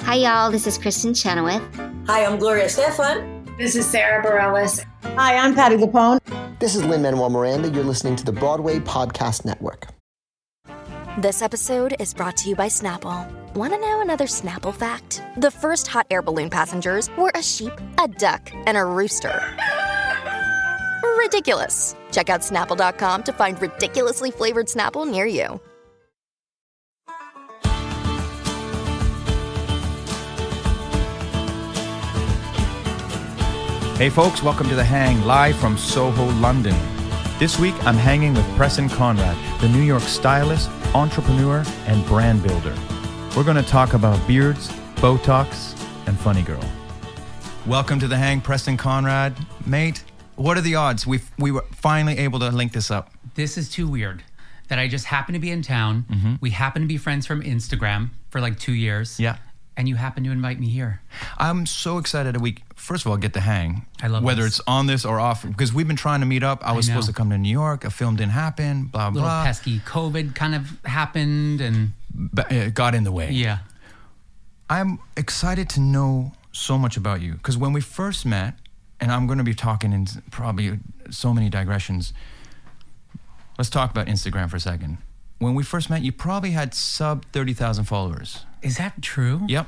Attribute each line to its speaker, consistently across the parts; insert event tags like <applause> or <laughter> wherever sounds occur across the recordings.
Speaker 1: Hi, y'all. This is Kristen Chenoweth.
Speaker 2: Hi, I'm Gloria Stefan.
Speaker 3: This is Sarah Bareilles.
Speaker 4: Hi, I'm Patty Lapone.
Speaker 5: This is Lynn Manuel Miranda. You're listening to the Broadway Podcast Network.
Speaker 6: This episode is brought to you by Snapple. Want to know another Snapple fact? The first hot air balloon passengers were a sheep, a duck, and a rooster. Ridiculous. Check out snapple.com to find ridiculously flavored Snapple near you.
Speaker 7: Hey, folks, welcome to The Hang, live from Soho, London. This week, I'm hanging with Preston Conrad, the New York stylist, entrepreneur, and brand builder. We're going to talk about beards, Botox, and Funny Girl. Welcome to The Hang, Preston Conrad. Mate, what are the odds we we were finally able to link this up?
Speaker 8: this is too weird that I just happen to be in town.
Speaker 7: Mm-hmm.
Speaker 8: We happen to be friends from Instagram for like two years.
Speaker 7: Yeah.
Speaker 8: And you happen to invite me here.
Speaker 7: I'm so excited that we, first of all, get the hang.
Speaker 8: I love
Speaker 7: Whether
Speaker 8: this.
Speaker 7: it's on this or off, because we've been trying to meet up. I was
Speaker 8: know.
Speaker 7: supposed to come to New York. A film didn't happen, blah,
Speaker 8: Little
Speaker 7: blah.
Speaker 8: pesky COVID kind of happened and
Speaker 7: But it got in the way.
Speaker 8: yeah.
Speaker 7: I'm excited to know so much about you because when we first met, and I'm going to be talking in probably so many digressions. Let's talk about Instagram for a second. When we first met, you probably had sub 30,000 followers.
Speaker 8: Is that true?
Speaker 7: Yep.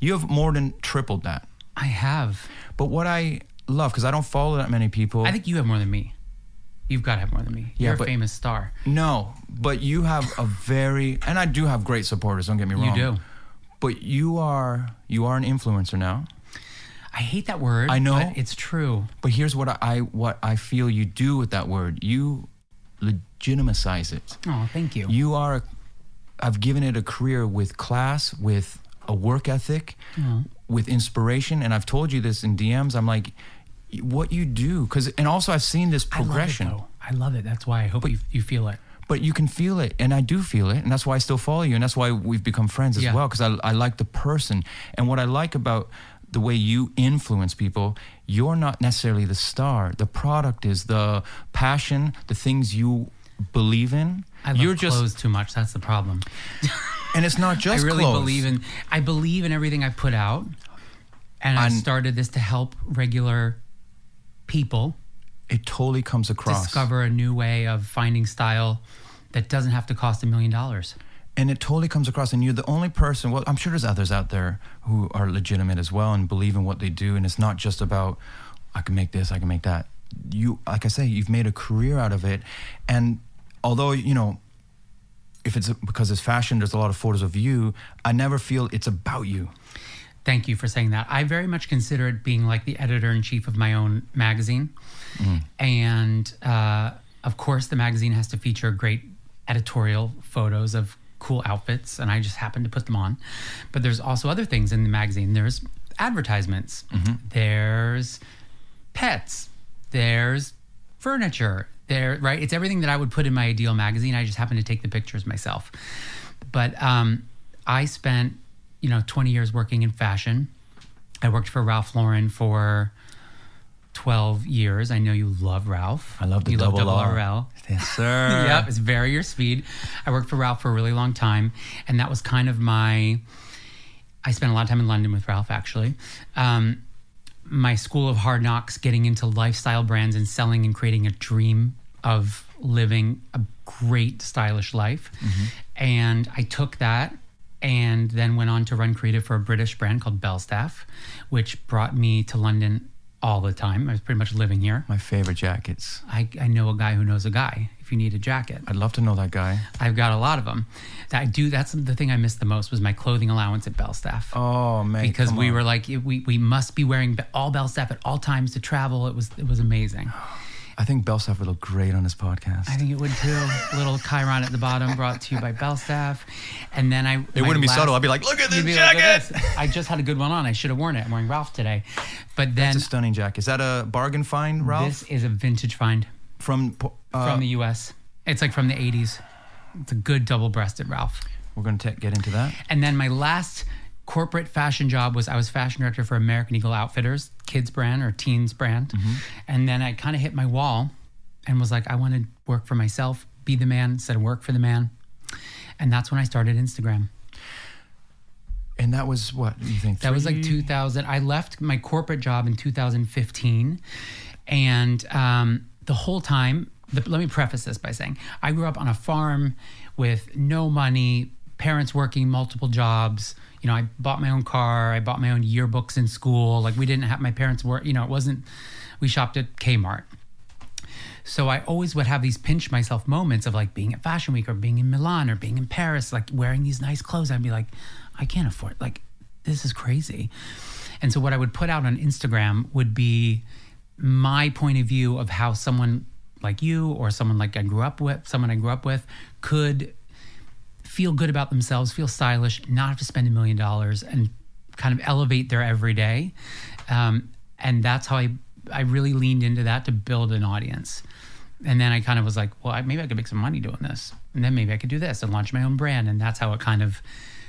Speaker 7: You have more than tripled that.
Speaker 8: I have.
Speaker 7: But what I love, because I don't follow that many people.
Speaker 8: I think you have more than me. You've got to have more than me.
Speaker 7: Yeah,
Speaker 8: You're
Speaker 7: but-
Speaker 8: a famous star.
Speaker 7: No, but you have a very, and I do have great supporters, don't get me wrong.
Speaker 8: do.
Speaker 7: But you are, you are an influencer now.
Speaker 8: I hate that word.
Speaker 7: I know.
Speaker 8: But it's true.
Speaker 7: But here's what I, I what I feel you do with that word. You legitimize it.
Speaker 8: Oh, thank you.
Speaker 7: You are a, I've given it a career with class, with a work ethic, with inspiration, and I've told you this in DMs. I'm like what you do cuz and also I've seen this
Speaker 8: I love it,
Speaker 7: progression.
Speaker 8: though. I love it. That's why I hope you, you feel it.
Speaker 7: but you can feel it and i do feel it and that's why i still follow you and that's why we've become friends as
Speaker 8: Yeah.
Speaker 7: well because I, I like the person and what i like about the way you influence people you're not necessarily the star the product is the passion the things you believe in
Speaker 8: I love
Speaker 7: you're
Speaker 8: clothes
Speaker 7: just
Speaker 8: too much. That's the problem.
Speaker 7: and it's not just
Speaker 8: I really
Speaker 7: clothes.
Speaker 8: believe in I believe in everything I put out, and I
Speaker 7: And-
Speaker 8: started this to help regular people
Speaker 7: it totally comes across
Speaker 8: discover a new way of finding style that doesn't have to cost a million dollars.
Speaker 7: and it totally comes across and you're the only person well i'm sure there's others out there who are legitimate as well and believe in what they do and it's not just about i can make this i can make that you like i say you've made a career out of it and although you know if it's because it's fashion there's a lot of photos of you i never feel it's about you
Speaker 8: Thank you for saying that. I very much consider it being like the editor in chief of my own magazine, and uh, of course, the magazine has to feature great editorial photos of cool outfits, and I just happen to put them on. But there's also other things in the magazine. There's advertisements. There's pets. There's furniture. There, right? It's everything that I would put in my ideal magazine. I just happen to take the pictures myself. But um, I spent, you know, 20 years working in fashion. I worked for Ralph Lauren for 12 years. I know you love Ralph. I
Speaker 7: love the
Speaker 8: you
Speaker 7: double
Speaker 8: love
Speaker 7: R.
Speaker 8: RL.
Speaker 7: yes sir <laughs>
Speaker 8: Yep, it's very your speed. I worked for Ralph for a really long time, and that was kind of my. I spent a lot of time in London with Ralph, actually. Um, my school of hard knocks, getting into lifestyle brands and selling and creating a dream of living a great, stylish life. And I took that and then went on to run creative for a British brand called Bellstaff, which brought me to London all the time. I was pretty much living here.
Speaker 7: my favorite jackets
Speaker 8: I, I know a guy who knows a guy if you need a jacket.
Speaker 7: i'd love to know that guy
Speaker 8: I've got a lot of them. That I do. That's the thing I missed the most was my clothing allowance at Bellstaff.
Speaker 7: oh man
Speaker 8: because we were like, we, we must be wearing be- all Bellstaff at all times to travel. It was it was amazing.
Speaker 7: i think belstaff would look great on this podcast
Speaker 8: I think it would too. <laughs> Little Chiron at the bottom, brought to you by Bellstaff. And then I.
Speaker 7: it wouldn't be subtle i'd be like look at this jacket
Speaker 8: I just had a good one on. I should have worn it. I'm wearing Ralph today, but then
Speaker 7: It's a stunning jacket. Is that a bargain find, Ralph?
Speaker 8: this is a vintage find
Speaker 7: from po- uh,
Speaker 8: from the U.S. It's like from the '80s. It's a good double-breasted Ralph.
Speaker 7: we're going to get into that.
Speaker 8: And then my last corporate fashion job was I was fashion director for American Eagle Outfitters, kids brand or teens brand. And then I kind of hit my wall and was like, I want to work for myself, be the man instead of work for the man. And that's when I started Instagram.
Speaker 7: And that was what you think?
Speaker 8: That was like
Speaker 7: three-
Speaker 8: 2000. I left my corporate job in 2015. And um, the whole time, the, let me preface this by saying I grew up on a farm with no money, parents working multiple jobs. You know, I bought my own car, I bought my own yearbooks in school. Like, we didn't have my parents work, you know, it wasn't, we shopped at Kmart. So I always would have these pinch myself moments of like being at Fashion Week or being in Milan or being in Paris, like wearing these nice clothes. I'd be like, I can't afford like this is crazy. And so what I would put out on Instagram would be my point of view of how someone like you or someone like I grew up with, someone I grew up with could feel good about themselves, feel stylish, not have to spend a million dollars, and kind of elevate their everyday. Um, and that's how I I really leaned into that to build an audience. And then I kind of was like, well, I, maybe I could make some money doing this, and then maybe I could do this and launch my own brand. And that's how it kind of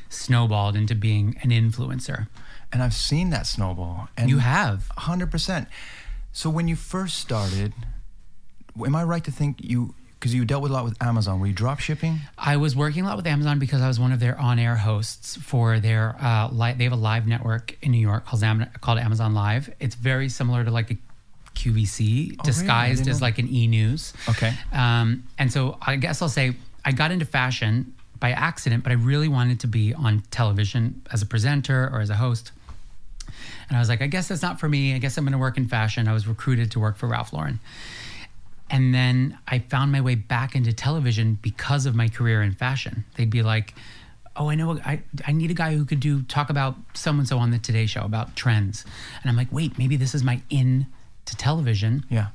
Speaker 8: snowballed into being an influencer.
Speaker 7: And I've seen that snowball. And
Speaker 8: You have.
Speaker 7: hundred percent. So when you first started, am I right to think you? Because you dealt with a lot with Amazon. Were you drop shipping?
Speaker 8: I was working a lot with Amazon because I was one of their on-air hosts for their. Uh, li- they have a live network in New York called, Am- called Amazon Live. It's very similar to like a QVC
Speaker 7: Oh, I
Speaker 8: disguised
Speaker 7: didn't
Speaker 8: as
Speaker 7: know.
Speaker 8: like an E News.
Speaker 7: Okay.
Speaker 8: Um, and so I guess I'll say I got into fashion by accident, but I really wanted to be on television as a presenter or as a host. And I was like, I guess that's not for me. I guess I'm going to work in fashion. I was recruited to work for Ralph Lauren. And then I found my way back into television because of my career in fashion. They'd be like, Oh, I know. a- I, I need a guy who could do talk about so and so on the Today Show about trends. And I'm like, wait, maybe this is my in to television
Speaker 7: Yeah.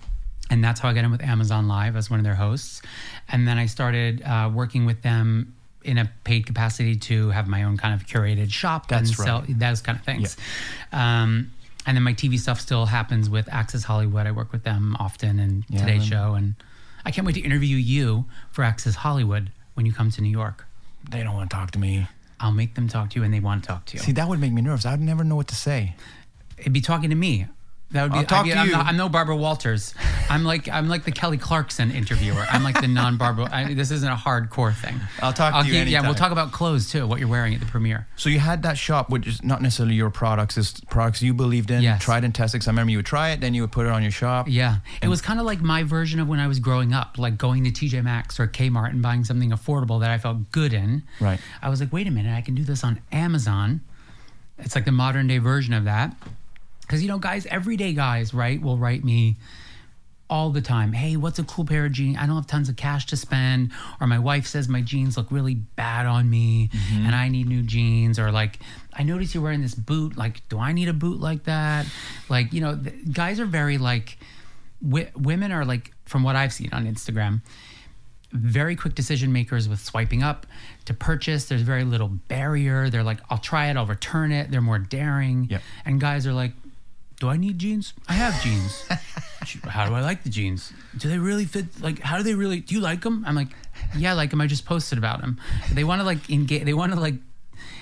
Speaker 8: and that's how I got in with Amazon Live as one of their hosts. And then I started uh, working with them in a paid capacity to have my own kind of curated shop
Speaker 7: That's
Speaker 8: and
Speaker 7: right.
Speaker 8: sell those kind of things. Um, and then my TV stuff still happens with Access Hollywood. I work with them often and
Speaker 7: Yeah, I
Speaker 8: Today
Speaker 7: remember.
Speaker 8: Show, and I can't wait to interview you for Access Hollywood when you come to New York.
Speaker 7: They don't want to talk to me.
Speaker 8: I'll make them talk to you, and they want to talk to you.
Speaker 7: See, that would make me nervous. I'd never know what to say.
Speaker 8: It'd be talking to me. That would be.
Speaker 7: I'll
Speaker 8: I'd
Speaker 7: talk
Speaker 8: be-
Speaker 7: to
Speaker 8: I'm,
Speaker 7: you.
Speaker 8: Not, I'm no Barbara Walters. I'm like I'm like the Kelly Clarkson interviewer. I'm like the non Barbara. I, this isn't a hardcore thing.
Speaker 7: I'll talk to you
Speaker 8: Yeah, we'll
Speaker 7: anytime.
Speaker 8: talk about clothes too. What you're wearing at the premiere.
Speaker 7: So you had that shop, which is not necessarily your products, it's products you believed in,
Speaker 8: Yes.
Speaker 7: tried and tested. 'Cause I remember you would try it, then you would put it on your shop.
Speaker 8: Yeah, it was kind of like my version of when I was growing up, like going to TJ Maxx or Kmart and buying something affordable that I felt good in.
Speaker 7: Right.
Speaker 8: I was like, wait a minute, I can do this on Amazon. It's like the modern day version of that. Because, you know, guys, everyday guys, right, will write me all the time Hey, what's a cool pair of jeans? I don't have tons of cash to spend. Or my wife says my jeans look really bad on me and I need new jeans. Or like, I notice you're wearing this boot. Like, do I need a boot like that? Like, you know, th- guys are very like, wi- women are like, from what I've seen on Instagram, very quick decision makers with swiping up to purchase. There's very little barrier. They're like, I'll try it, I'll return it. They're more daring.
Speaker 7: Yep.
Speaker 8: And guys are like, Do I need jeans? I have jeans. how do I like the jeans? Do they really fit? Like, how do they really? Do you like them? I'm like, Yeah, I like them. I just posted about them. They want to like engage. They want to like,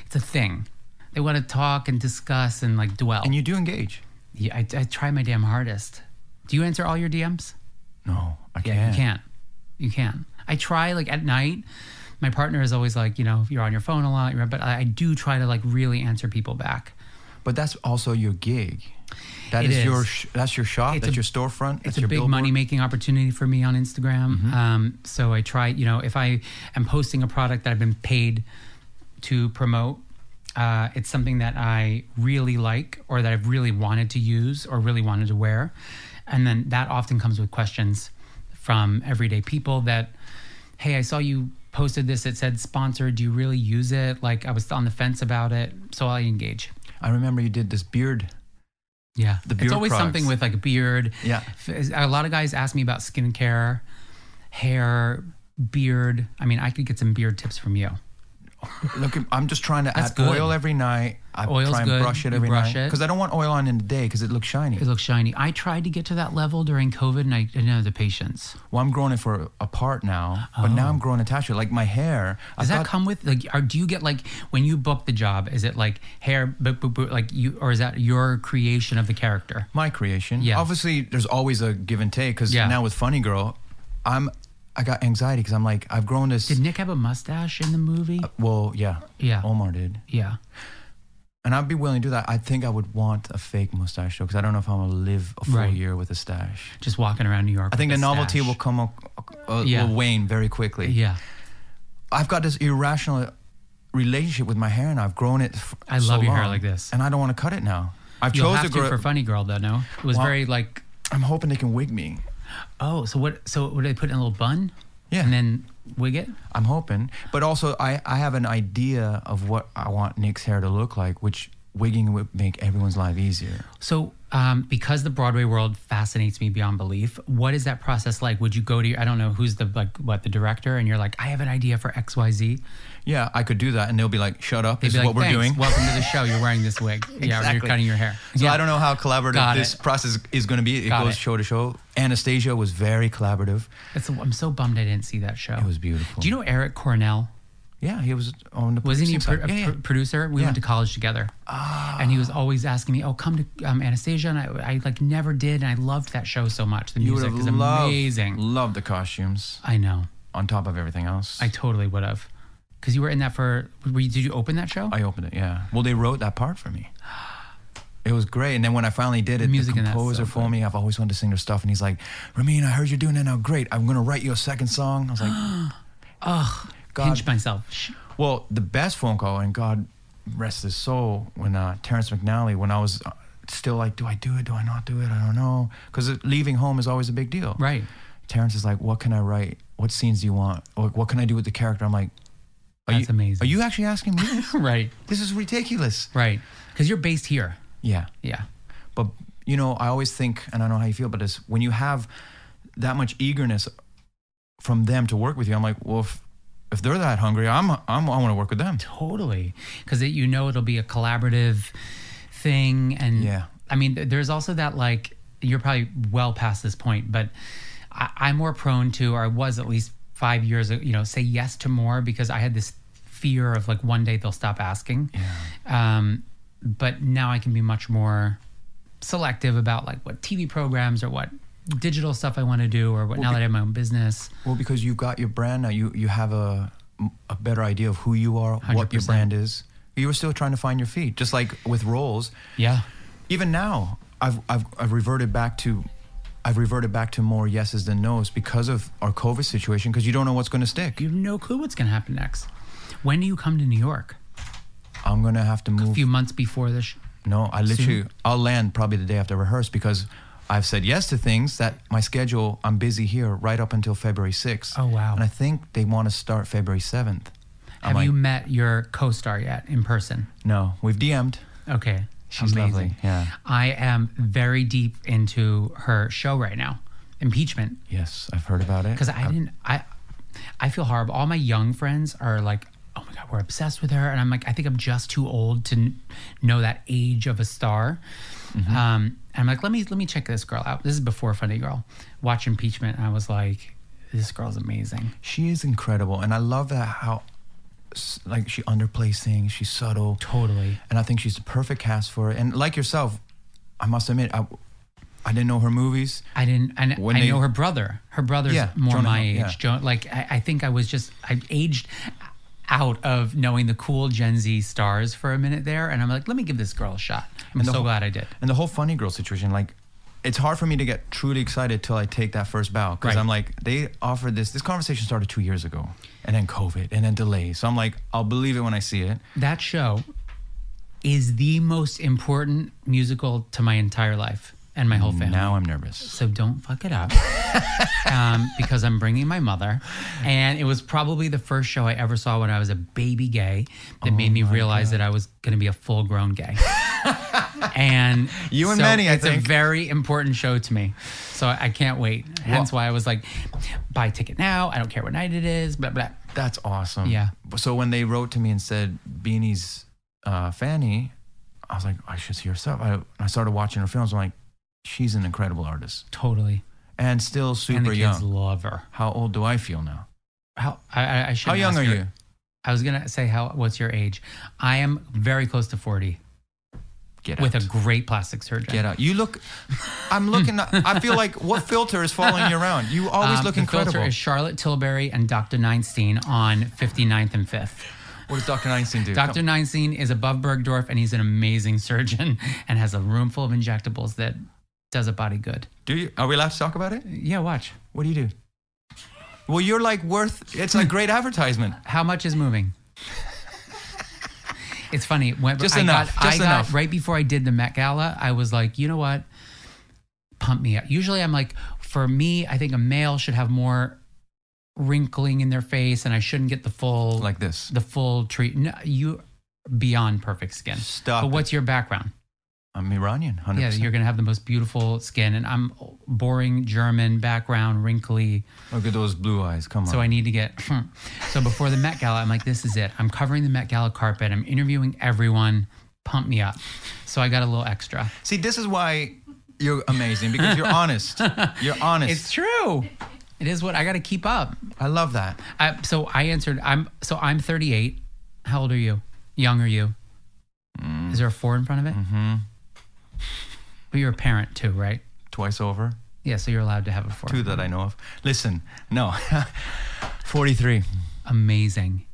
Speaker 8: it's a thing. They want to talk and discuss and like dwell.
Speaker 7: And you do engage.
Speaker 8: yeah, I, I try my damn hardest. Do you answer all your DMs?
Speaker 7: No, I
Speaker 8: Yeah,
Speaker 7: can't.
Speaker 8: you can't. You can. I try like at night. My partner is always like, you know, you're on your phone a lot, you're- but I, I do try to like really answer people back.
Speaker 7: But that's also your gig. That
Speaker 8: It
Speaker 7: is,
Speaker 8: is.
Speaker 7: your sh- that's your shop,
Speaker 8: It's
Speaker 7: that's
Speaker 8: a-
Speaker 7: your storefront, that's
Speaker 8: It's a
Speaker 7: your
Speaker 8: big
Speaker 7: billboard. Mm-hmm.
Speaker 8: money making opportunity for me on Instagram. Um, so I try, you know, if I am posting a product that I've been paid to promote, uh, it's something that I really like or that I've really wanted to use or really wanted to wear. And then that often comes with questions from everyday people that, hey, I saw you posted this. It said sponsored. Do you really use it? Like I was on the fence about it. So I engage.
Speaker 7: I remember you did this beard.
Speaker 8: Yeah,
Speaker 7: The
Speaker 8: it's
Speaker 7: beard
Speaker 8: always
Speaker 7: products.
Speaker 8: something with like a beard.
Speaker 7: Yeah.
Speaker 8: F- a lot of guys ask me about skincare, hair, beard. I mean, I could get some beard tips from you.
Speaker 7: Look, I'm just trying to
Speaker 8: That's
Speaker 7: add
Speaker 8: good.
Speaker 7: oil every night. I
Speaker 8: Oil's
Speaker 7: try and
Speaker 8: good.
Speaker 7: brush it
Speaker 8: You
Speaker 7: every
Speaker 8: brush
Speaker 7: night
Speaker 8: it.
Speaker 7: because I don't want oil on in the day because it looks shiny.
Speaker 8: It looks shiny. I tried to get to that level during COVID, and I didn't have the patience.
Speaker 7: well, I'm growing it for a part now, but now I'm growing attached to it. Like my hair.
Speaker 8: Does
Speaker 7: I
Speaker 8: Oh. that come with like? Or do you get like when you book the job? Is it like hair, boop, boop, boop, like you, or is that your creation of the character?
Speaker 7: my creation.
Speaker 8: Yeah.
Speaker 7: Obviously, there's always a give and take because
Speaker 8: Yeah.
Speaker 7: now with Funny Girl, I'm I got anxiety because I'm like I've grown this. Uh,
Speaker 8: Did Nick have a mustache in the movie?
Speaker 7: well, yeah,
Speaker 8: Yeah.
Speaker 7: Omar did,
Speaker 8: yeah.
Speaker 7: and I'd be willing to do that. I think I would want a fake mustache though, because I don't know if I'm gonna live a full
Speaker 8: Right.
Speaker 7: year with a stash.
Speaker 8: Just walking around New York.
Speaker 7: I think the
Speaker 8: with a
Speaker 7: novelty
Speaker 8: stash.
Speaker 7: will come, o- uh,
Speaker 8: Yeah.
Speaker 7: will wane very quickly.
Speaker 8: Yeah,
Speaker 7: I've got this irrational relationship with my hair, and I've grown it. f-
Speaker 8: I
Speaker 7: so
Speaker 8: love your hair
Speaker 7: long,
Speaker 8: like this.
Speaker 7: and I don't want to cut it now. I've
Speaker 8: you'll
Speaker 7: chose
Speaker 8: have
Speaker 7: to grow.
Speaker 8: to for Funny Girl though. No, it was
Speaker 7: Well-
Speaker 8: very like.
Speaker 7: I'm hoping they can wig me.
Speaker 8: Oh, so what? So would they put in a little bun?
Speaker 7: Yeah.
Speaker 8: and then wig it.
Speaker 7: I'm hoping, but also I, I have an idea of what I want Nick's hair to look like, which wigging would make everyone's life easier.
Speaker 8: So, um, because the Broadway world fascinates me beyond belief, what is that process like? Would you go to your, I don't know who's the like what the director, and you're like, I have an idea for X Y Z.
Speaker 7: Yeah, I could do that, and they'll be like, "Shut up! This
Speaker 8: They'd
Speaker 7: is
Speaker 8: be
Speaker 7: what
Speaker 8: like,
Speaker 7: we're doing."
Speaker 8: "Thanks. Welcome to the show. You're wearing
Speaker 7: <laughs>
Speaker 8: this wig. Yeah, or you're
Speaker 7: Exactly.
Speaker 8: cutting your hair.
Speaker 7: So
Speaker 8: yeah.
Speaker 7: I don't know how collaborative
Speaker 8: Got
Speaker 7: this
Speaker 8: it.
Speaker 7: process is going to be. It
Speaker 8: Got
Speaker 7: goes
Speaker 8: it.
Speaker 7: show to show. Anastasia was very collaborative.
Speaker 8: It's, I'm so bummed I didn't see that show. It
Speaker 7: was beautiful.
Speaker 8: Do you know Eric Cornell?
Speaker 7: Yeah, he was on the
Speaker 8: Wasn't he
Speaker 7: producing
Speaker 8: a, pro-
Speaker 7: side.
Speaker 8: a
Speaker 7: Yeah, yeah.
Speaker 8: pr- producer? We
Speaker 7: Yeah. Ah.
Speaker 8: went to college together, and he was always asking me, "Oh, come to um, Anastasia," and I, I like never did, and I loved that show so much. The
Speaker 7: You would
Speaker 8: music
Speaker 7: have
Speaker 8: is
Speaker 7: loved,
Speaker 8: amazing.
Speaker 7: loved the costumes
Speaker 8: I know.
Speaker 7: on top of everything else.
Speaker 8: I totally would have, because you were in that for. Were you, did you open that show?
Speaker 7: I opened it. Yeah. Well, they wrote that part for me. It was great. And then when I finally did it,
Speaker 8: music
Speaker 7: the
Speaker 8: in that's so
Speaker 7: composer for
Speaker 8: good.
Speaker 7: me, I've always wanted to sing their stuff. And he's like, Ramin, I heard you're doing that now. Great. I'm going to write you a second song. I was
Speaker 8: <gasps>
Speaker 7: like, ugh. God.
Speaker 8: Pinched myself. Shh.
Speaker 7: Well, the best phone call, and God rest his soul, when uh, Terrence McNally, when I was uh, still like, do I do it? Do I not do it? I don't know. Because leaving home is always a big deal.
Speaker 8: Right. <laughs>
Speaker 7: Terrence is like, what can I write? What scenes do you want? Or, what can I do with the character? I'm like, are
Speaker 8: That's
Speaker 7: you,
Speaker 8: amazing.
Speaker 7: Are you actually asking me <laughs> this?
Speaker 8: Right.
Speaker 7: this is ridiculous.
Speaker 8: Right. Because you're based here.
Speaker 7: Yeah.
Speaker 8: Yeah.
Speaker 7: But you know, I always think, and I know how you feel about this. When you have that much eagerness from them to work with you, I'm like, well, if, if they're that hungry, I'm, I'm I want to work with them.
Speaker 8: Totally. Because you know it'll be a collaborative thing. And
Speaker 7: Yeah.
Speaker 8: I mean, th- there's also that like, you're probably well past this point, but I, I'm more prone to, or I was at least five years ago, you know, say yes to more because I had this fear of like one day they'll stop asking. Um, but now I can be much more selective about like what TV programs or what digital stuff I want to do or what now that I have my own business.
Speaker 7: Well, because you've got your brand now, you you have a a better idea of who you are, what your
Speaker 8: 100%.
Speaker 7: brand is. You were still trying to find your feet, just like with roles.
Speaker 8: Yeah.
Speaker 7: Even now, I've I've, I've reverted back to. I've reverted back to more yeses than nos because of our COVID situation. Because you don't know what's going to stick.
Speaker 8: You have no clue what's going to happen next. When do you come to New York?
Speaker 7: I'm going to have to
Speaker 8: A
Speaker 7: move
Speaker 8: few months before this. sh-
Speaker 7: No, I literally I'll land probably the day after rehearse because I've said yes to things that my schedule I'm busy here right up until February 6th.
Speaker 8: Oh, wow.
Speaker 7: And I think they want to start February 7th. I'm
Speaker 8: Have
Speaker 7: like,
Speaker 8: you met your co-star yet in person?
Speaker 7: No, we've DM'd.
Speaker 8: Okay,
Speaker 7: She's lovely, yeah.
Speaker 8: I am very deep into her show right now, Impeachment,
Speaker 7: Yes, I've heard about it.
Speaker 8: because I didn't. I I feel horrible. All my young friends are like, "Oh my god, we're obsessed with her," and I'm like, I think I'm just too old to n- know that age of a star.
Speaker 7: Mm-hmm.
Speaker 8: Um, and I'm like, let me let me check this girl out. This is before Funny Girl. Watch Impeachment, and I was like, this girl's amazing.
Speaker 7: she is incredible, and I love that how s- like she underplays things. She's subtle.
Speaker 8: Totally.
Speaker 7: and I think she's the perfect cast for it. And like yourself, I must admit, I, I didn't know her movies.
Speaker 8: I didn't. I, kn-
Speaker 7: When
Speaker 8: I
Speaker 7: they-
Speaker 8: know her brother. Her brother's
Speaker 7: Yeah,
Speaker 8: more
Speaker 7: Jonah
Speaker 8: my
Speaker 7: Hill,
Speaker 8: age.
Speaker 7: yeah.
Speaker 8: Jo- like I, I think I was just I aged out of knowing the cool Gen Z stars for a minute there, and I'm like, let me give this girl a shot. I'm
Speaker 7: And the
Speaker 8: so
Speaker 7: whole-
Speaker 8: glad I did.
Speaker 7: And the whole funny girl situation, like, it's hard for me to get truly excited till I take that first bow because
Speaker 8: Right.
Speaker 7: I'm like, they offered this. This conversation started two years ago, and then COVID, and then delays. So I'm like, I'll believe it when I see it.
Speaker 8: That show is the most important musical to my entire life and my whole family.
Speaker 7: Now I'm nervous.
Speaker 8: so don't fuck it up
Speaker 7: <laughs>
Speaker 8: um, because I'm bringing my mother. And it was probably the first show I ever saw when I was a baby gay that made
Speaker 7: Oh
Speaker 8: me realize that I was going to be a full grown
Speaker 7: <laughs>
Speaker 8: gay. and
Speaker 7: You and Manny, I
Speaker 8: it's
Speaker 7: think.
Speaker 8: a very important show to me. So I I can't wait. Hence why I was like, buy a ticket now. I don't care what night it is, blah, blah.
Speaker 7: That's awesome.
Speaker 8: Yeah.
Speaker 7: So when they wrote to me and said Beanie's uh, Fanny, I was like, I should see her stuff. I, I started watching her films. I'm like, she's an incredible artist
Speaker 8: Totally.
Speaker 7: and still super
Speaker 8: and the
Speaker 7: young.
Speaker 8: kids love her.
Speaker 7: How old do I feel now?
Speaker 8: How, I, I, I
Speaker 7: How
Speaker 8: shouldn't
Speaker 7: young
Speaker 8: ask
Speaker 7: are
Speaker 8: your-
Speaker 7: you?
Speaker 8: I was going to say, how, what's your age? I am very close to 40
Speaker 7: Get
Speaker 8: with a
Speaker 7: out.
Speaker 8: great plastic surgeon.
Speaker 7: Get out. You look.
Speaker 8: <laughs>
Speaker 7: I'm looking. I feel like what filter is following you around? You always
Speaker 8: Um,
Speaker 7: look
Speaker 8: the
Speaker 7: incredible.
Speaker 8: filter is Charlotte Tilbury and Dr. Neinstein on 59th and 5th.
Speaker 7: What does Dr. Neinstein do?
Speaker 8: Dr.
Speaker 7: Come-
Speaker 8: Neinstein is above Bergdorf and he's an amazing surgeon <laughs> and has a room full of injectables that does a body good.
Speaker 7: do you, are we allowed to talk about it?
Speaker 8: Yeah, watch.
Speaker 7: What do you do? Well, you're like worth. It's like great advertisement.
Speaker 8: How much is moving? <laughs> it's funny. When
Speaker 7: Just
Speaker 8: I
Speaker 7: enough,
Speaker 8: Got,
Speaker 7: just
Speaker 8: I got,
Speaker 7: enough.
Speaker 8: Right before I did the Met Gala, I was like, you know what? Pump me up. Usually I'm like, for me, I think a male should have more wrinkling in their face and I shouldn't get the full
Speaker 7: Like this.
Speaker 8: the full treat. No, you beyond perfect skin.
Speaker 7: Stop
Speaker 8: But
Speaker 7: it.
Speaker 8: what's your background?
Speaker 7: I'm Iranian, hundred
Speaker 8: Yeah,
Speaker 7: percent.
Speaker 8: you're gonna have the most beautiful skin, and I'm boring German background, wrinkly,
Speaker 7: Look at those blue eyes. Come on.
Speaker 8: so I need to get. hmm. so before the Met Gala, I'm like, this is it. I'm covering the Met Gala carpet. I'm interviewing everyone. Pump me up. So I got a little extra.
Speaker 7: see. This is why you're amazing because
Speaker 8: <laughs>
Speaker 7: you're honest. You're honest.
Speaker 8: It's true. It is what I got to keep up.
Speaker 7: I love that.
Speaker 8: I, so I answered. I'm so I'm 38. How old are you? Young are you?
Speaker 7: Mm.
Speaker 8: Is there a four in front of it? Mm-hmm. <laughs> But you're a parent too, right?
Speaker 7: Twice over.
Speaker 8: Yeah, so you're allowed to have a four.
Speaker 7: Two that I know of. Listen, no. <laughs> 43.
Speaker 8: Amazing.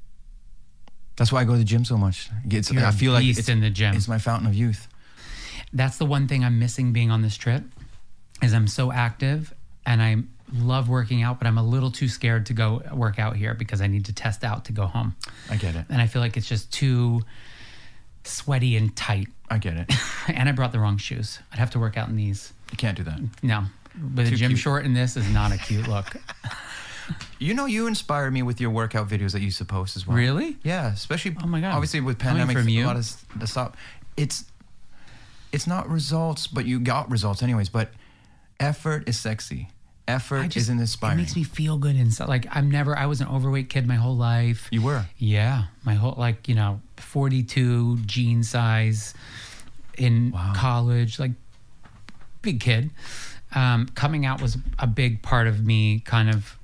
Speaker 7: That's why I go to the gym so much. It's,
Speaker 8: You're
Speaker 7: I
Speaker 8: a
Speaker 7: feel like
Speaker 8: beast
Speaker 7: it's
Speaker 8: in the gym.
Speaker 7: It's my fountain of youth.
Speaker 8: that's the one thing I'm missing being on this trip is I'm so active and I love working out, but I'm a little too scared to go work out here because I need to test out to go home.
Speaker 7: I get it.
Speaker 8: And I feel like it's just too sweaty and tight. <sighs>
Speaker 7: I get
Speaker 8: <laughs>
Speaker 7: it.
Speaker 8: And I brought the wrong shoes. I'd have to work out in these.
Speaker 7: You can't do that.
Speaker 8: No. With a
Speaker 7: Too
Speaker 8: gym
Speaker 7: cute.
Speaker 8: short in this is not a
Speaker 7: <laughs>
Speaker 8: cute look.
Speaker 7: You know, you inspire me with your workout videos that you used to post as well.
Speaker 8: Really?
Speaker 7: Yeah, especially.
Speaker 8: Oh my God.
Speaker 7: Obviously, with
Speaker 8: Coming
Speaker 7: pandemic,
Speaker 8: from
Speaker 7: a
Speaker 8: you?
Speaker 7: lot of s- the stop. It's it's not results, but you got results anyways. But effort is sexy. Effort isn't inspiring.
Speaker 8: It makes me feel good inside. Like I'm never I was an overweight kid my whole life.
Speaker 7: you were.
Speaker 8: Yeah, my whole like you know, forty-two jean size in college, like big kid. Um, coming out was a big part of me, kind of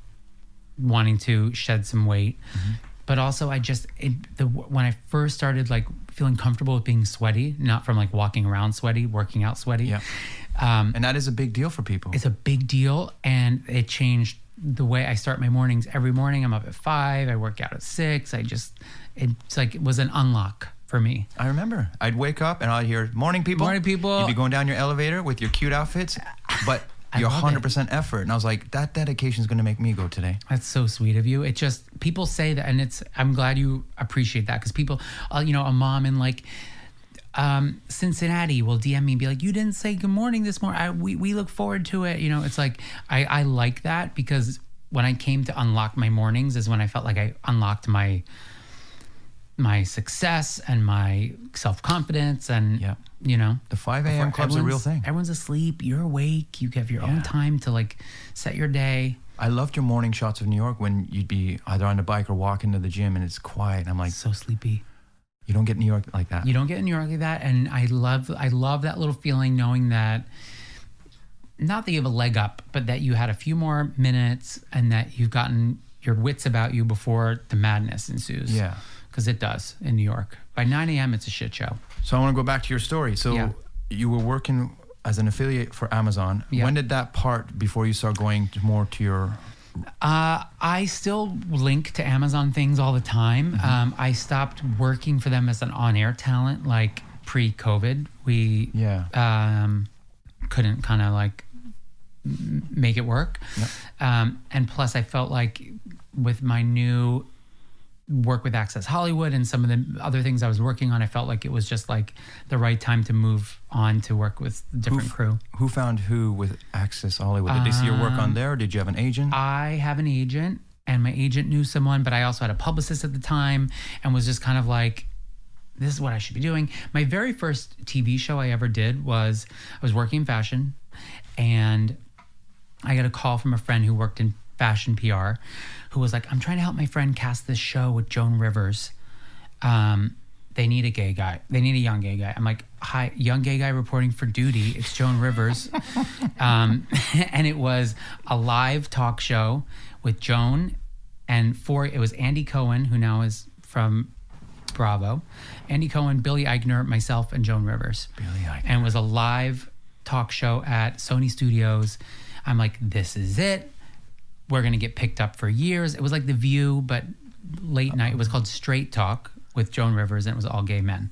Speaker 8: wanting to shed some weight,
Speaker 7: Mm-hmm.
Speaker 8: but also I just it, the when I first started like feeling comfortable with being sweaty, not from like walking around sweaty, working out sweaty.
Speaker 7: Yeah. and that is a big deal for people.
Speaker 8: Um, It's a big deal, and it changed the way I start my mornings. Every morning, I'm up at five. I work out at six. I just, it's like it was an unlock for me.
Speaker 7: I remember. I'd wake up and I'd hear "Morning, people."
Speaker 8: Morning, people.
Speaker 7: You'd be going down your elevator with your cute outfits, but
Speaker 8: <laughs>
Speaker 7: your
Speaker 8: love it.
Speaker 7: hundred percent effort. And I was like, that dedication is going to make me go today.
Speaker 8: That's so sweet of you. It just people say that, and it's. I'm glad you appreciate that because people, uh, you know, a mom in like um, Cincinnati will DM me and be like, "You didn't say good morning this morning. I, we we look forward to it." You know, it's like I I like that because when I came to unlock my mornings is when I felt like I unlocked my my success and my self confidence and
Speaker 7: Yeah.
Speaker 8: you know
Speaker 7: The five a.m. club's a real
Speaker 8: everyone's-
Speaker 7: thing.
Speaker 8: Everyone's asleep. You're awake. You have your own time to like set your day.
Speaker 7: I loved your morning shots of New York when you'd be either on the bike or walking to the gym and it's quiet. And I'm like,
Speaker 8: So sleepy.
Speaker 7: you don't get New York like that.
Speaker 8: you don't get in New York like that. And I love I love that little feeling knowing that not that you have a leg up, but that you had a few more minutes and that you've gotten your wits about you before the madness ensues.
Speaker 7: Yeah.
Speaker 8: Because it does in New York. By 9 a.m., it's a shit show.
Speaker 7: So I want to go back to your story. So
Speaker 8: Yeah.
Speaker 7: you were working as an affiliate for Amazon.
Speaker 8: Yeah.
Speaker 7: When did that part before you start going to- more to your?
Speaker 8: Uh, I still link to Amazon things all the time.
Speaker 7: Mm-hmm.
Speaker 8: Um, I stopped working for them as an on air talent like pre COVID. We
Speaker 7: Yeah.
Speaker 8: um, couldn't kind of like m- make it work. Um, and plus, I felt like with my new work with Access Hollywood and some of the other things I was working on, I felt like it was just like the right time to move on to work with a different crew.
Speaker 7: Who found who with Access Hollywood? Did they see your work on
Speaker 8: Um,
Speaker 7: there? Or did you have an agent?
Speaker 8: I have an agent, and my agent knew someone, but I also had a publicist at the time and was just kind of like, this is what I should be doing. My very first TV show I ever did was I was working in fashion, and I got a call from a friend who worked in fashion PR who was like, I'm trying to help my friend cast this show with Joan Rivers. Um, they need a gay guy. They need a young gay guy. I'm like, hi, young gay guy reporting for duty. It's Joan Rivers. um, <laughs> and it was a live talk show with Joan and four, it was Andy Cohen, who now is from Bravo, Andy Cohen, Billy Eichner, myself, and Joan Rivers. Billy
Speaker 7: Eichner.
Speaker 8: And it was a live talk show at Sony Studios. I'm like, this is it. We're going to get picked up for years. It was like The View, but late night. It was called Straight Talk. with Joan Rivers, and it was all gay men.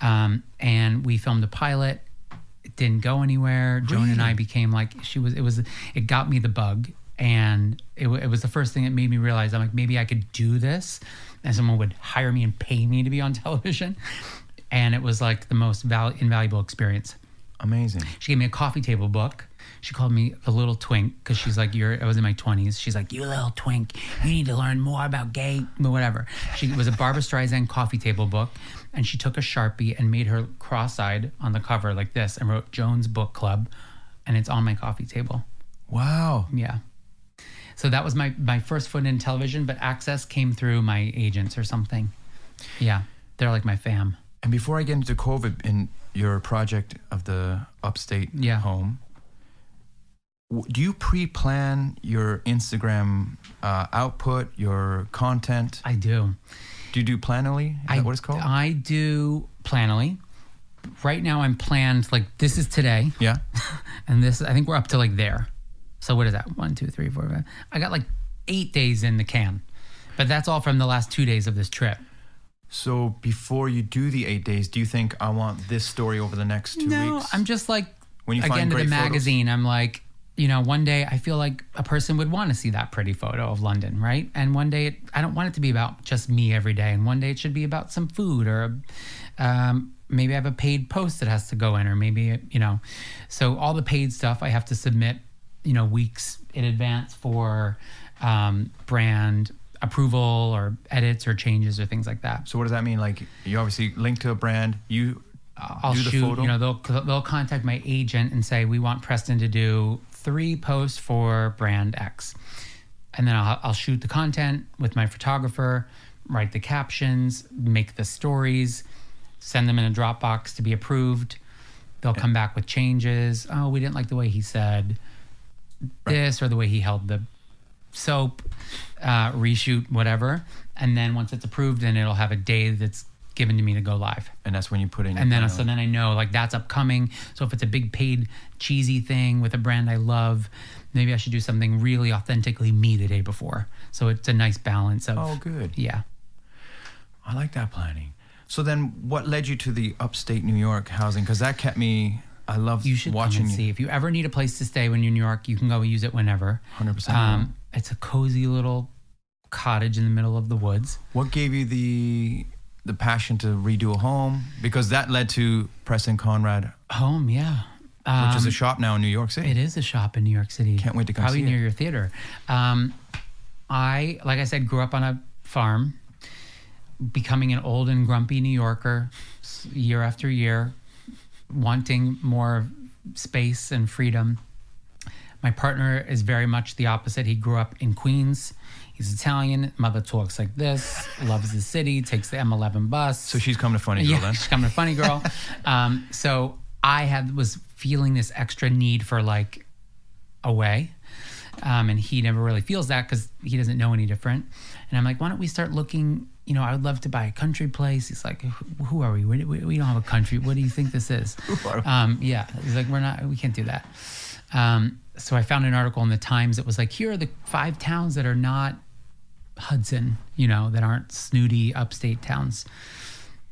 Speaker 8: Um, and we filmed a pilot. It didn't go anywhere. Joan and I became like she was. It was. It got me the bug, and it, wa- it was the first thing that made me realize I'm like maybe I could do this, and someone would hire me and pay me to be on <laughs> television. And it was like the most val- invaluable experience.
Speaker 7: Amazing.
Speaker 8: She gave me a coffee table book. She called me the little twink because she's like, "You're." I was in my twenties. She's like, "You little twink. You need to learn more about gay, whatever." She it was a Barbara Streisand coffee table book, and she took a sharpie and made her cross-eyed on the cover like this, and wrote Jones Book Club, and it's on my coffee table.
Speaker 7: Wow.
Speaker 8: Yeah. So that was my my first foot in television, but access came through my agents or something. Yeah, they're like my fam.
Speaker 7: And before I get into COVID in your project of the upstate
Speaker 8: Yeah.
Speaker 7: home, w- do you pre-plan your Instagram uh, output, your content?
Speaker 8: I do.
Speaker 7: Do you do planally? Is that what it's called?
Speaker 8: I do Planoly. Right now, I'm planned like this is today,
Speaker 7: yeah.
Speaker 8: and this I think we're up to like there. So what is that? One, two, three, four, five. I got like eight days in the can, but that's all from the last two days of this trip.
Speaker 7: So before you do the eight days, do you think I want this story over the next two weeks?
Speaker 8: I'm just like
Speaker 7: When you find
Speaker 8: again to the
Speaker 7: great photos.
Speaker 8: magazine. I'm like, you know, one day I feel like a person would want to see that pretty photo of London, right? And one day it, I don't want it to be about just me every day. And one day it should be about some food or um, maybe I have a paid post that has to go in, or maybe you know. So all the paid stuff I have to submit, you know, weeks in advance for um, brand approval or edits or changes or things like that.
Speaker 7: So what does that mean? Like you obviously link to a brand. You
Speaker 8: I'll
Speaker 7: do the
Speaker 8: shoot.
Speaker 7: photo.
Speaker 8: You know, they'll they'll contact my agent and say we want Preston to do three posts for brand X, and then I'll, I'll shoot the content with my photographer, write the captions, make the stories, send them in a Dropbox to be approved. They'll come back with changes. Oh, we didn't like the way he said this or the way he held the soap, uh, reshoot, whatever. And then once it's approved, then it'll have a day that's given to me to go live
Speaker 7: and that's when you put in. your
Speaker 8: and then
Speaker 7: plan.
Speaker 8: so then I know like that's upcoming. So if it's a big paid cheesy thing with a brand I love, maybe I should do something really authentically me the day before. So it's a nice balance of
Speaker 7: oh, good.
Speaker 8: yeah.
Speaker 7: I like that planning. So then, what led you to the upstate New York housing? Because that kept me. I love
Speaker 8: You should
Speaker 7: watching
Speaker 8: come and
Speaker 7: you.
Speaker 8: see if you ever need a place to stay when you're in New York. You can go use it whenever.
Speaker 7: 100%.
Speaker 8: Um, it's a cozy little cottage in the middle of the woods.
Speaker 7: What gave you the the passion to redo a home? Because that led to Preston Conrad, which
Speaker 8: Home, yeah.
Speaker 7: is a shop now in New York City.
Speaker 8: Um, It is a shop in New York City.
Speaker 7: Can't wait to come
Speaker 8: Probably
Speaker 7: see
Speaker 8: near
Speaker 7: it.
Speaker 8: your theater. Um, I, like I said, grew up on a farm, becoming an old and grumpy New Yorker s- year after year, wanting more space and freedom. My partner is very much the opposite. He grew up in Queens. He's Italian. Mother talks like this. Loves the city. Takes the M11 bus.
Speaker 7: So she's come to Funny Girl
Speaker 8: Yeah,
Speaker 7: then.
Speaker 8: <laughs> she's coming to Funny
Speaker 7: <laughs>
Speaker 8: Girl. um, so I had was feeling this extra need for like a way, um, and he never really feels that because he doesn't know any different. And I'm like, why don't we start looking? You know, I would love to buy a country place. He's like, who who are we? We, we- we don't have a country. What do you think this
Speaker 7: <laughs>
Speaker 8: is? um, yeah, he's like, we're not. We can't do that. Um, so I found an article in the Times that was like, here are the five towns that are not Hudson. You know, that aren't snooty upstate towns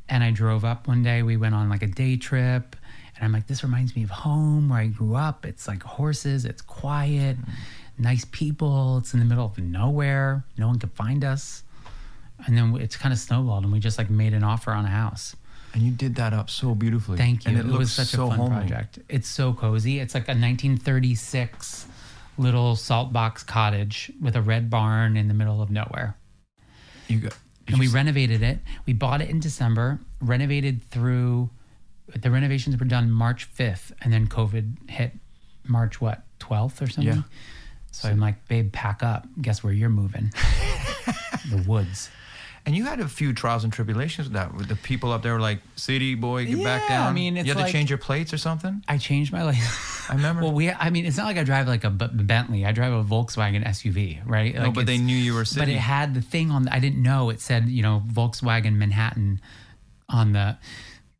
Speaker 8: and I drove up one day. We went on like a day trip, and I'm like, this reminds me of home where I grew up. It's like horses, it's quiet,
Speaker 7: Mm-hmm.
Speaker 8: nice people. It's in the middle of nowhere. No one could find us. And then it's kind of snowballed, and we just like made an offer on a house.
Speaker 7: And you did that up so beautifully.
Speaker 8: Thank you.
Speaker 7: And it, looks
Speaker 8: was such
Speaker 7: so
Speaker 8: a fun
Speaker 7: homely.
Speaker 8: project. It's so cozy. It's like a 1936 little salt box cottage with a red barn in the middle of nowhere.
Speaker 7: You got,
Speaker 8: and we renovated it. We bought it in December, renovated through the renovations were done March 5th, and then COVID hit March what 12th or something.
Speaker 7: Yeah.
Speaker 8: So I'm like, babe, pack up. Guess where
Speaker 7: <laughs>
Speaker 8: you're moving? the woods.
Speaker 7: and you had a few trials and tribulations with that. With the people up there were like, "City boy, get back
Speaker 8: Yeah, I
Speaker 7: down."
Speaker 8: mean, it's
Speaker 7: you had to
Speaker 8: like-
Speaker 7: change your plates or something.
Speaker 8: I changed my life.
Speaker 7: <laughs> I remember.
Speaker 8: well, we. I mean, it's not like I drive like a B- Bentley. I drive a Volkswagen SUV, right?
Speaker 7: no,
Speaker 8: Like,
Speaker 7: but they
Speaker 8: it's-
Speaker 7: knew you were city.
Speaker 8: But it had the thing on. I didn't know it said you know Volkswagen Manhattan on the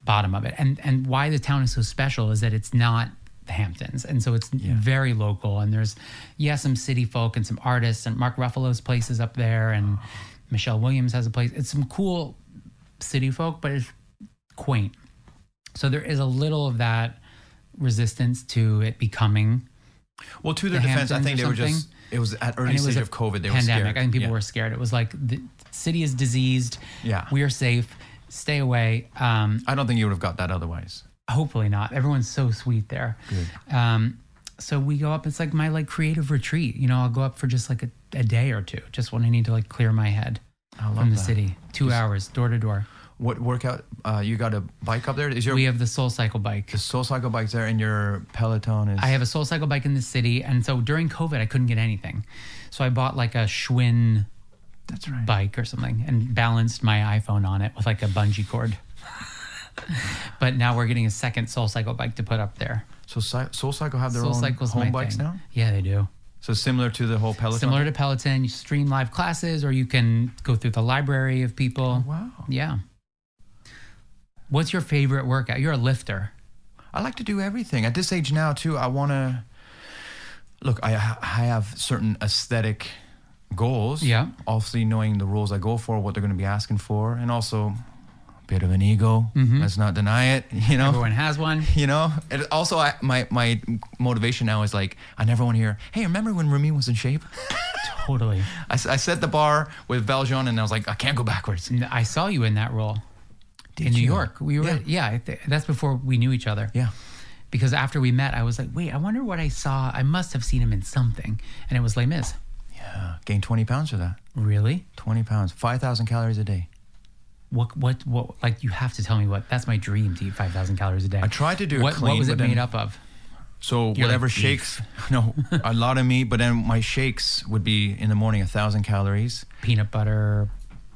Speaker 8: bottom of it. And and why the town is so special is that it's not the Hamptons, and so it's very local. And there's yeah some city folk and some artists, and Mark Ruffalo's place is up there, and Michelle Williams has a place. It's some cool city folk, but it's quaint. So there is a little of that resistance to it becoming
Speaker 7: Well, to their
Speaker 8: the
Speaker 7: defense, I
Speaker 8: Hamptons
Speaker 7: think
Speaker 8: or
Speaker 7: they were just.
Speaker 8: something.
Speaker 7: It was at early
Speaker 8: and it was
Speaker 7: stage
Speaker 8: a
Speaker 7: of COVID. They
Speaker 8: pandemic.
Speaker 7: were scared.
Speaker 8: I think people
Speaker 7: Yeah.
Speaker 8: were scared. It was like the city is diseased.
Speaker 7: Yeah.
Speaker 8: we are safe. Stay away. Um,
Speaker 7: I don't think you would have got that otherwise.
Speaker 8: hopefully not. Everyone's so sweet there. Um, so we go up. It's like my like creative retreat. You know, I'll go up for just like a, a day or two, just when I need to like clear my head
Speaker 7: I love
Speaker 8: from the
Speaker 7: that.
Speaker 8: city. Two hours, door to door.
Speaker 7: What workout? Uh, you got a bike up there? Is your
Speaker 8: We have the Soul Cycle bike.
Speaker 7: the Soul Cycle bike there, and your Peloton is?
Speaker 8: I have a Soul Cycle bike in the city, and so during COVID, I couldn't get anything, so I bought like a Schwinn
Speaker 7: That's right.
Speaker 8: bike or something and balanced my iPhone on it with like a bungee cord. <laughs> but now we're getting a second Soul Cycle bike to put up there.
Speaker 7: So Cy- Soul Cycle have their
Speaker 8: Soul
Speaker 7: own
Speaker 8: Cycle's my
Speaker 7: home bikes
Speaker 8: thing.
Speaker 7: now. Oh,
Speaker 8: Yeah, they do.
Speaker 7: So similar to the whole Peloton.
Speaker 8: Similar to Peloton, you stream live classes or you can go through the library of people.
Speaker 7: Oh, Wow.
Speaker 8: Yeah. What's your favorite workout? You're a lifter.
Speaker 7: I like to do everything at this age now too. I want to look. I I have certain aesthetic goals.
Speaker 8: Yeah.
Speaker 7: Obviously, knowing the rules I go for, what they're going to be asking for, and also a bit of an ego. Let's not deny it. <laughs> You know.
Speaker 8: Mm-hmm. Everyone has one.
Speaker 7: You know, and also I, my my motivation now is like I never want to hear. Hey, remember when Remy was in shape? <laughs>
Speaker 8: Totally.
Speaker 7: I, s- I set the bar with Valjean, and I was like, I can't go backwards.
Speaker 8: And I saw you in that role in New
Speaker 7: you?
Speaker 8: York. We were, yeah, I thi- that's before we knew each other.
Speaker 7: Yeah.
Speaker 8: Because after we met, I was like, wait, I wonder what I saw. I must have seen him in something. And it was Les Mis.
Speaker 7: Yeah. Gained twenty pounds for that.
Speaker 8: Really?
Speaker 7: Twenty pounds, five thousand calories a day.
Speaker 8: What, what, what, like, you have to tell me what. That's my dream to eat 5,000 calories a day.
Speaker 7: I tried to do it
Speaker 8: What,
Speaker 7: clean,
Speaker 8: what was
Speaker 7: but
Speaker 8: it
Speaker 7: then-
Speaker 8: made up of?
Speaker 7: So
Speaker 8: You're
Speaker 7: whatever
Speaker 8: like
Speaker 7: shakes, <laughs> no, a lot of meat, but then my shakes would be in the morning a thousand calories,
Speaker 8: peanut butter,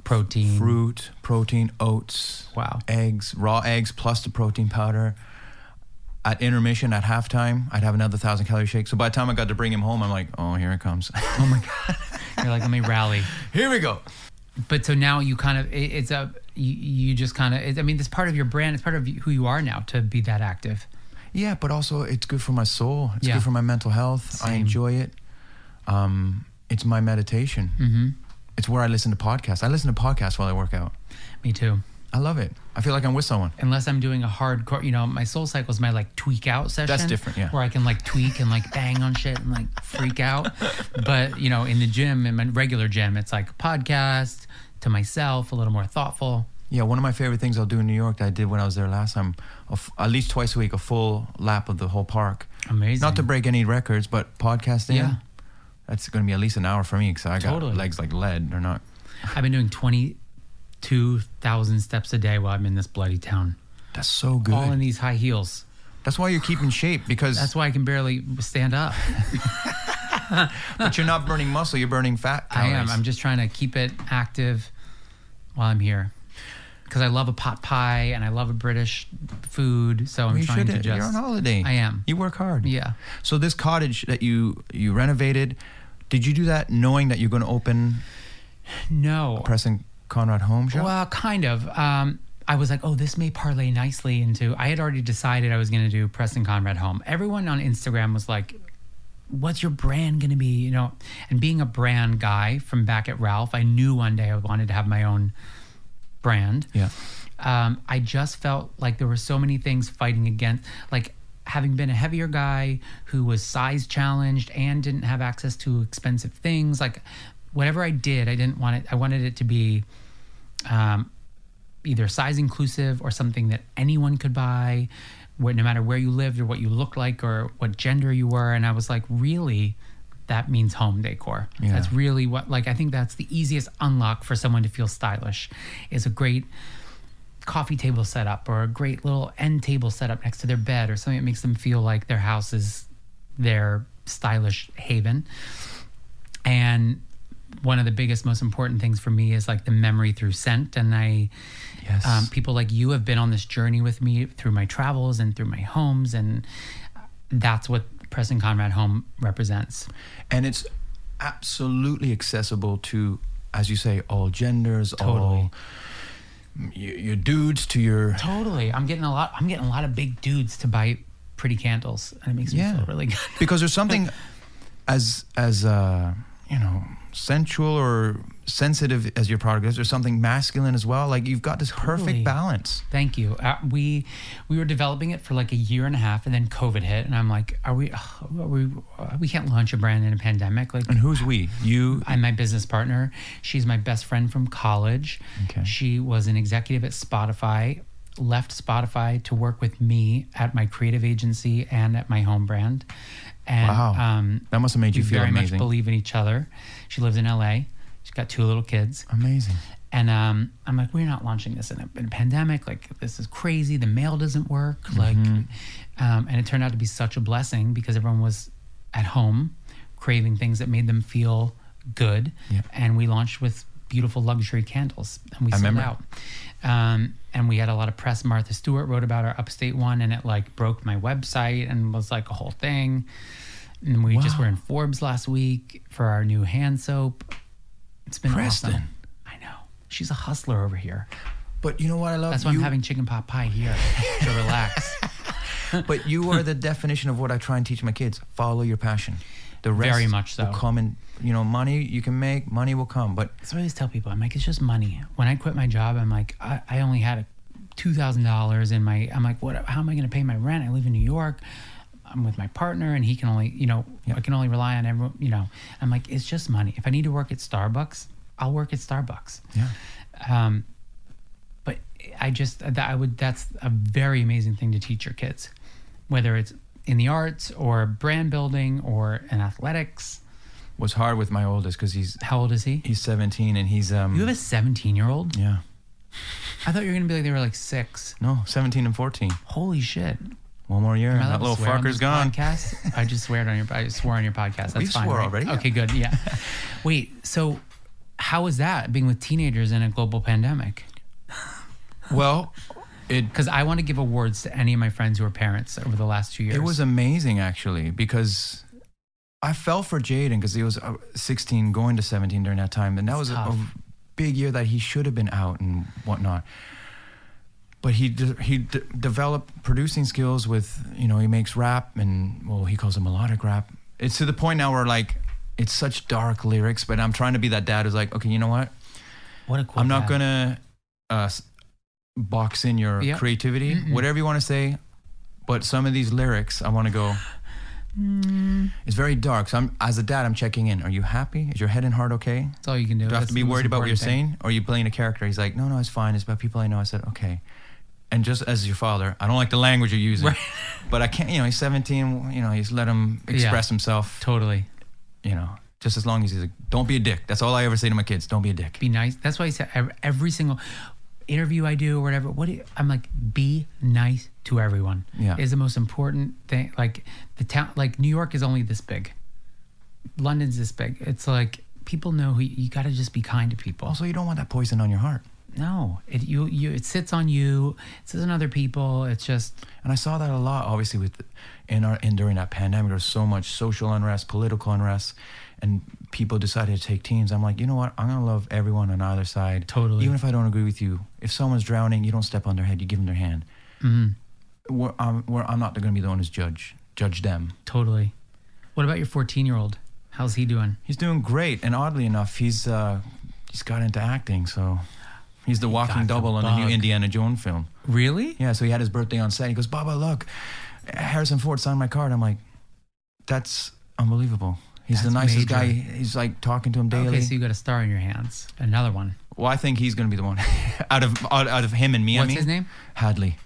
Speaker 8: protein.
Speaker 7: fruit, protein, oats,
Speaker 8: Wow.
Speaker 7: eggs, raw eggs plus the protein powder. At intermission, at halftime, I'd have another thousand calorie shake. So by the time I got to bring him home, I'm like, oh, here it
Speaker 8: <laughs>
Speaker 7: comes. Oh my god,
Speaker 8: You're like, let me rally.
Speaker 7: here we go.
Speaker 8: But so now you kind of, it, it's a, you, you just kind of, it, I mean, it's part of your brand. It's part of who you are now to be that active.
Speaker 7: Yeah, but also it's good for my soul. It's
Speaker 8: Yeah.
Speaker 7: good for my mental health. I
Speaker 8: Same.
Speaker 7: enjoy it. Um, it's my meditation. Mm-hmm. It's where I listen to podcasts. I listen to podcasts while I work out.
Speaker 8: Me too.
Speaker 7: I love it. I feel like I'm with someone.
Speaker 8: Unless I'm doing a hardcore, you know, my soul cycle is my like tweak out session.
Speaker 7: different, yeah.
Speaker 8: Where I can like tweak and like bang on shit and like
Speaker 7: <laughs>
Speaker 8: freak out. But, you know, in the gym, in my regular gym, it's like podcast to myself, a little more thoughtful.
Speaker 7: Yeah, one of my favorite things I'll do in New York that I did when I was there last time, a f- at least twice a week, a full lap of the whole park.
Speaker 8: Amazing.
Speaker 7: Not to break any records, but podcasting.
Speaker 8: Yeah.
Speaker 7: That's going to be at least an hour for me because I got
Speaker 8: Totally.
Speaker 7: legs like lead. They're not.
Speaker 8: I've been doing 22,000 steps a day while I'm in this bloody town.
Speaker 7: That's so good.
Speaker 8: all in these high heels.
Speaker 7: that's why you keep in shape because
Speaker 8: That's why I can barely stand up.
Speaker 7: but you're not burning muscle, you're burning fat.
Speaker 8: I
Speaker 7: Calories.
Speaker 8: am. I'm just trying to keep it active while I'm here. Because I love a pot pie and I love a British food, so I'm
Speaker 7: You
Speaker 8: trying
Speaker 7: should.
Speaker 8: to just.
Speaker 7: You're on holiday.
Speaker 8: I am.
Speaker 7: You work hard.
Speaker 8: Yeah.
Speaker 7: So this cottage that you you renovated, did you do that knowing that you're going to open
Speaker 8: no.
Speaker 7: Preston Conrad Home Shop?
Speaker 8: Well, kind of. Um, I was like, oh, this may parlay nicely into. I had already decided I was going to do Preston Conrad Home. Everyone on Instagram was like, what's your brand going to be? You know, and being a brand guy from back at Ralph, I knew one day I wanted to have my own brand.
Speaker 7: Yeah.
Speaker 8: um, I just felt like there were so many things fighting against, like having been a heavier guy who was size challenged and didn't have access to expensive things. Like whatever I did, I didn't want it. I wanted it to be um, either size inclusive or something that anyone could buy, where, no matter where you lived or what you looked like or what gender you were. And I was like, really. That means home decor.
Speaker 7: Yeah.
Speaker 8: That's really what, like, I think that's the easiest unlock for someone to feel stylish is a great coffee table setup or a great little end table setup next to their bed or something that makes them feel like their house is their stylish haven. And one of the biggest, most important things for me is like the memory through scent. And I,
Speaker 7: Yes.
Speaker 8: um, people like you have been on this journey with me through my travels and through my homes. And that's what Preston Conrad Home represents.
Speaker 7: and it's absolutely accessible to as you say all genders
Speaker 8: Oh.
Speaker 7: all y- your dudes to your
Speaker 8: Totally. I'm getting a lot, I'm getting a lot of big dudes to buy pretty candles. And it makes me <laughs>
Speaker 7: Yeah.
Speaker 8: feel really good.
Speaker 7: because there's something as as uh you know sensual or sensitive as your product is, or something masculine as well. Like you've got this perfect
Speaker 8: Totally.
Speaker 7: balance.
Speaker 8: Thank you. Uh, we we were developing it for like a year and a half, and then COVID hit, and I'm like, are we? Are we? uh, We can't launch a brand in a pandemic. Like,
Speaker 7: And who's we? You.
Speaker 8: I'm my business partner. She's my best friend from college.
Speaker 7: Okay.
Speaker 8: She was an executive at Spotify, left Spotify to work with me at my creative agency and at my home brand. And
Speaker 7: Wow.
Speaker 8: um,
Speaker 7: That must have made
Speaker 8: we
Speaker 7: you feel
Speaker 8: very
Speaker 7: amazing.
Speaker 8: much believe in each other. She lives in LA. She's got two little kids.
Speaker 7: Amazing.
Speaker 8: And um, I'm like, we're not launching this in a, in a pandemic. Like, this is crazy. The mail doesn't work.
Speaker 7: Mm-hmm.
Speaker 8: Like, um, and it turned out to be such a blessing because everyone was at home craving things that made them feel good.
Speaker 7: Yeah.
Speaker 8: And we launched with beautiful luxury candles and we sold
Speaker 7: remember.
Speaker 8: out. Um, and we had a lot of press. Martha Stewart wrote about our upstate one and it like broke my website and was like a whole thing. And we just
Speaker 7: Wow.
Speaker 8: were in Forbes last week for our new hand soap. It's been
Speaker 7: Preston.
Speaker 8: awesome. I know. She's a hustler over here.
Speaker 7: But you know what I love?
Speaker 8: That's why
Speaker 7: you,
Speaker 8: I'm having chicken pot pie here
Speaker 7: <laughs>
Speaker 8: to relax.
Speaker 7: But you are the <laughs> definition of what I try and teach my kids. Follow your passion. The rest
Speaker 8: Very much so.
Speaker 7: will come and you know, money you can make, money will come. But
Speaker 8: That's what I always tell people. I'm like, it's just money. When I quit my job, I'm like, I, I only had two thousand dollars in my. I'm like, what? How am I going to pay my rent? I live in New York. I'm with my partner, and he can only, you know, I can only rely on everyone. You know, I'm like, it's just money. If I need to work at Starbucks, I'll work at Starbucks.
Speaker 7: yeah.
Speaker 8: Um, but I just that I would that's a very amazing thing to teach your kids, whether it's in the arts or brand building or in athletics.
Speaker 7: What's hard with my oldest because he's
Speaker 8: How old is he?
Speaker 7: he's seventeen and he's um
Speaker 8: You have a 17 year old.
Speaker 7: Yeah.
Speaker 8: I thought you were gonna be like they were like six.
Speaker 7: No, seventeen and fourteen.
Speaker 8: Holy shit!
Speaker 7: One more year and
Speaker 8: Am I allowed
Speaker 7: that
Speaker 8: to
Speaker 7: little
Speaker 8: swear on
Speaker 7: fucker's
Speaker 8: this
Speaker 7: gone.
Speaker 8: Podcast? I just swear it on your. I swore on your podcast. That's
Speaker 7: We
Speaker 8: fine.
Speaker 7: swore
Speaker 8: right?
Speaker 7: already, yeah.
Speaker 8: Okay, good. Yeah. <laughs> Wait. So, how is that being with teenagers in a global pandemic?
Speaker 7: Well, it
Speaker 8: Because I want to give awards to any of my friends who are parents over the last two years.
Speaker 7: It was amazing actually because I fell for Jaden because he was uh, 16 going to 17 during that time, and that was a,
Speaker 8: tough.
Speaker 7: a big year that he should have been out and whatnot. But he de- he de- developed producing skills with you know he makes rap and well he calls it melodic rap. It's to the point now where like it's such dark lyrics, but I'm trying to be that dad who's like, okay, you know what?
Speaker 8: what a cool.
Speaker 7: I'm not
Speaker 8: dad.
Speaker 7: gonna uh, s- box in your
Speaker 8: Yeah.
Speaker 7: creativity, whatever you want to say. But some of these lyrics, I want to go.
Speaker 8: Mm.
Speaker 7: It's very dark. So I'm, as a dad, I'm checking in. Are you happy? Is your head and heart okay?
Speaker 8: That's all you can do.
Speaker 7: Do I have to be worried about what you're saying? Or are you playing a character? He's like, no, no, it's fine. It's about people I know. I said, okay. And just as your father, I don't like the language you're using, <laughs> but I can't. You know, he's 17. You know, he's let him express himself.
Speaker 8: Totally.
Speaker 7: You know, just as long as he's like, don't be a dick. That's all I ever say to my kids. Don't be a dick.
Speaker 8: Be nice. That's why I said ev- every single interview I do or whatever. What do you, I'm like, be nice to everyone.
Speaker 7: Yeah.
Speaker 8: Is the most important thing. Like the town, like New York is only this big. London's this big. It's like people know who you got to just be kind to people.
Speaker 7: also, you don't want that poison on your heart.
Speaker 8: no, it you you it sits on you. It sits on other people. It's just
Speaker 7: And I saw that a lot, obviously, with in our and during that pandemic, there was so much social unrest, political unrest, and people decided to take teams. I'm like, you know what? I'm gonna love everyone on either side,
Speaker 8: Totally.
Speaker 7: Even if I don't agree with you, if someone's drowning, you don't step on their head; you give them their hand.
Speaker 8: Mm-hmm.
Speaker 7: We're, I'm, we're, I'm not gonna be the one who's judge. Judge them.
Speaker 8: totally. What about your 14 year old? How's he doing?
Speaker 7: He's doing great, and oddly enough, he's uh, he's got into acting, so he's the walking
Speaker 8: the
Speaker 7: double on the
Speaker 8: bug.
Speaker 7: new Indiana Jones film.
Speaker 8: Really?
Speaker 7: Yeah, so he had his birthday on set. He goes, Baba, look, Harrison Ford signed my card. I'm like, that's unbelievable. He's the
Speaker 8: That's
Speaker 7: nicest
Speaker 8: major.
Speaker 7: guy. He's like talking to him daily.
Speaker 8: Okay, so you got a star in your hands. Another one.
Speaker 7: well, I think he's gonna be the one <laughs> out of out, out of him and me. I
Speaker 8: What's
Speaker 7: mean,
Speaker 8: his name?
Speaker 7: Hadley.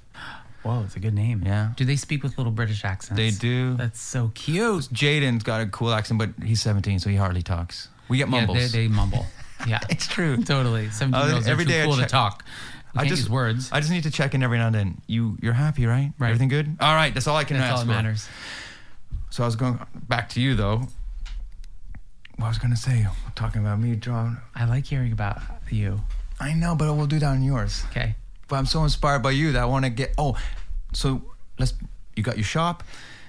Speaker 8: Whoa, it's a good name.
Speaker 7: Yeah.
Speaker 8: Do they speak with little British accents?
Speaker 7: They do.
Speaker 8: That's so cute.
Speaker 7: Jaden's got a cool accent, but he's 17, so he hardly talks. We get mumbles.
Speaker 8: Yeah, they, they mumble. <laughs> Yeah.
Speaker 7: <laughs> it's true.
Speaker 8: totally. 17 year olds
Speaker 7: Uh, every
Speaker 8: are too
Speaker 7: day I
Speaker 8: cool to
Speaker 7: check-
Speaker 8: talk. We can't use words.
Speaker 7: I just need to check in every now and then. You, you're happy, right?
Speaker 8: Right.
Speaker 7: Everything good? All right. That's all I can
Speaker 8: That's
Speaker 7: ask
Speaker 8: all that
Speaker 7: for.
Speaker 8: matters.
Speaker 7: So I was going back to you though. What I was gonna say? Talking about me drawing.
Speaker 8: I like hearing about you.
Speaker 7: I know, but we'll do that on yours.
Speaker 8: Okay.
Speaker 7: But I'm so inspired by you that I want to get. Oh, so let's. You got your shop.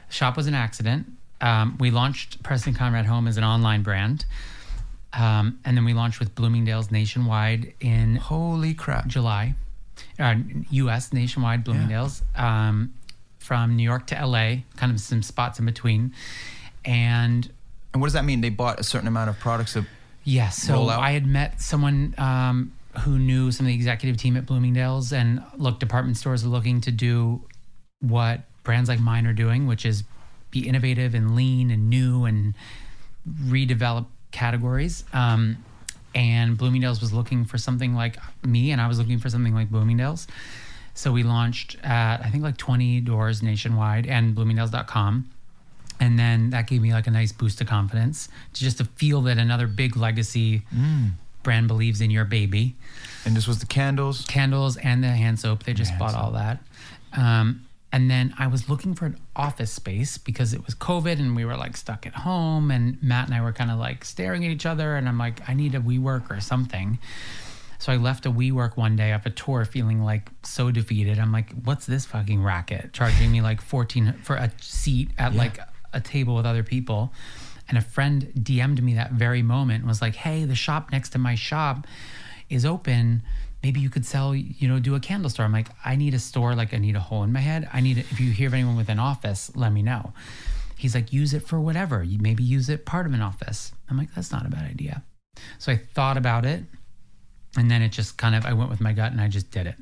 Speaker 8: Shop was an accident. Um, we launched Preston Conrad Home as an online brand. Um, and then we launched with Bloomingdale's nationwide in
Speaker 7: Holy crap!
Speaker 8: July, uh, U.S. nationwide Bloomingdale's, um, from New York to L.A., kind of some spots in between, and
Speaker 7: And what does that mean? They bought a certain amount of products. Of,
Speaker 8: Yes. So
Speaker 7: rollout?
Speaker 8: I had met someone um, who knew some of the executive team at Bloomingdale's, and look, department stores are looking to do what brands like mine are doing, which is be innovative and lean and new and redevelop categories. Um, and Bloomingdale's was looking for something like me, and I was looking for something like Bloomingdale's. So we launched at I think like 20 doors nationwide and Bloomingdale's.com and then that gave me like a nice boost of confidence to just to feel that another big legacy brand believes in your baby
Speaker 7: And this was the candles.
Speaker 8: candles and the hand soap they just bought all that um, and then i was looking for an office space because it was covid and we were like stuck at home and matt and i were kind of like staring at each other and i'm like i need a we work or something so I left a WeWork one day off a tour, feeling like so defeated. I'm like, "What's this fucking racket? Charging me like 14 for a seat at like a table with other people." And a friend DM'd me that very moment and was like, "Hey, the shop next to my shop is open. Maybe you could sell, you know, do a candle store." I'm like, "I need a store. Like, I need a hole in my head. I need. If you hear of anyone with an office, let me know." He's like, "Use it for whatever. You maybe use it part of an office." I'm like, "That's not a bad idea." So I thought about it and then it just kind of I went with my gut and I just did it.